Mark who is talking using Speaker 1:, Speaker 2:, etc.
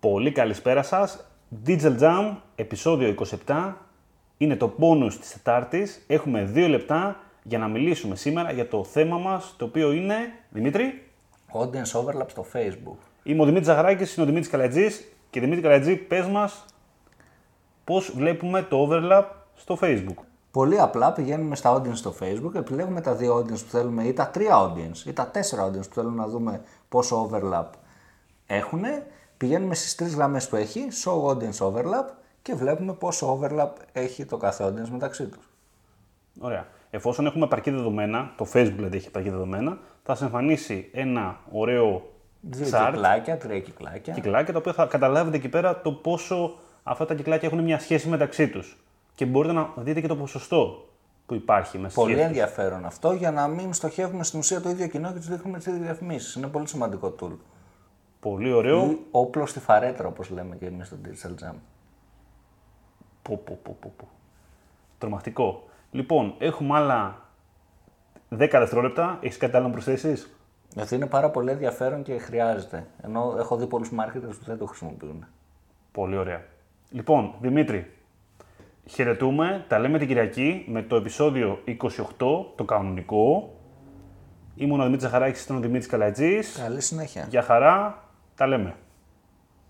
Speaker 1: Πολύ καλησπέρα σας. Digital Jam, επεισόδιο 27. Είναι το bonus της Τετάρτης. Έχουμε δύο λεπτά για να μιλήσουμε σήμερα για το θέμα μας, το οποίο είναι... Δημήτρη,
Speaker 2: Audience overlap στο Facebook.
Speaker 1: είμαι ο Δημήτρης Ζαγράκης, είναι ο Δημήτρης Καλατζής. Και Δημήτρη Καλατζή, πες μας πώς βλέπουμε το overlap στο Facebook.
Speaker 2: Πολύ απλά πηγαίνουμε στα audience στο Facebook, επιλέγουμε τα δύο audience που θέλουμε ή τα τρία audience ή τα τέσσερα audience που θέλουμε να δούμε πόσο overlap έχουν. Πηγαίνουμε στις τρεις γραμμές που έχει, show audience overlap και βλέπουμε πόσο overlap έχει το κάθε audience μεταξύ τους.
Speaker 1: Ωραία. Εφόσον έχουμε επαρκή δεδομένα, το Facebook δηλαδή έχει επαρκή δεδομένα, θα σε εμφανίσει ένα ωραίο
Speaker 2: Δύο
Speaker 1: chart
Speaker 2: κυκλάκια, τρία κυκλάκια.
Speaker 1: κυκλάκια, τα οποία θα καταλάβετε εκεί πέρα το πόσο αυτά τα κυκλάκια έχουν μια σχέση μεταξύ τους. Και μπορείτε να δείτε και το ποσοστό που υπάρχει μέσα
Speaker 2: Πολύ
Speaker 1: σχέση.
Speaker 2: ενδιαφέρον αυτό για να μην στοχεύουμε στην ουσία το ίδιο κοινό και τους δείχνουμε τις διαφημίσεις. Είναι πολύ σημαντικό tool.
Speaker 1: Πολύ ωραίο.
Speaker 2: Ή όπλο στη φαρέτρα, όπως λέμε και εμείς στο Digital Jam.
Speaker 1: Πω, πω, πω, πω, πω. Τρομακτικό. Λοιπόν, έχουμε άλλα 10 δευτερόλεπτα. Έχεις κάτι άλλο να προσθέσεις.
Speaker 2: Γιατί είναι πάρα πολύ ενδιαφέρον και χρειάζεται. Ενώ έχω δει πολλούς marketers που δεν το χρησιμοποιούν.
Speaker 1: Πολύ ωραία. Λοιπόν, Δημήτρη, χαιρετούμε. Τα λέμε την Κυριακή με το επεισόδιο 28, το κανονικό. Ήμουν ο Δημήτρης Ζαχαράκης, ήταν ο Δημήτρης Καλατζής.
Speaker 2: Καλή συνέχεια.
Speaker 1: Για χαρά, τα λέμε.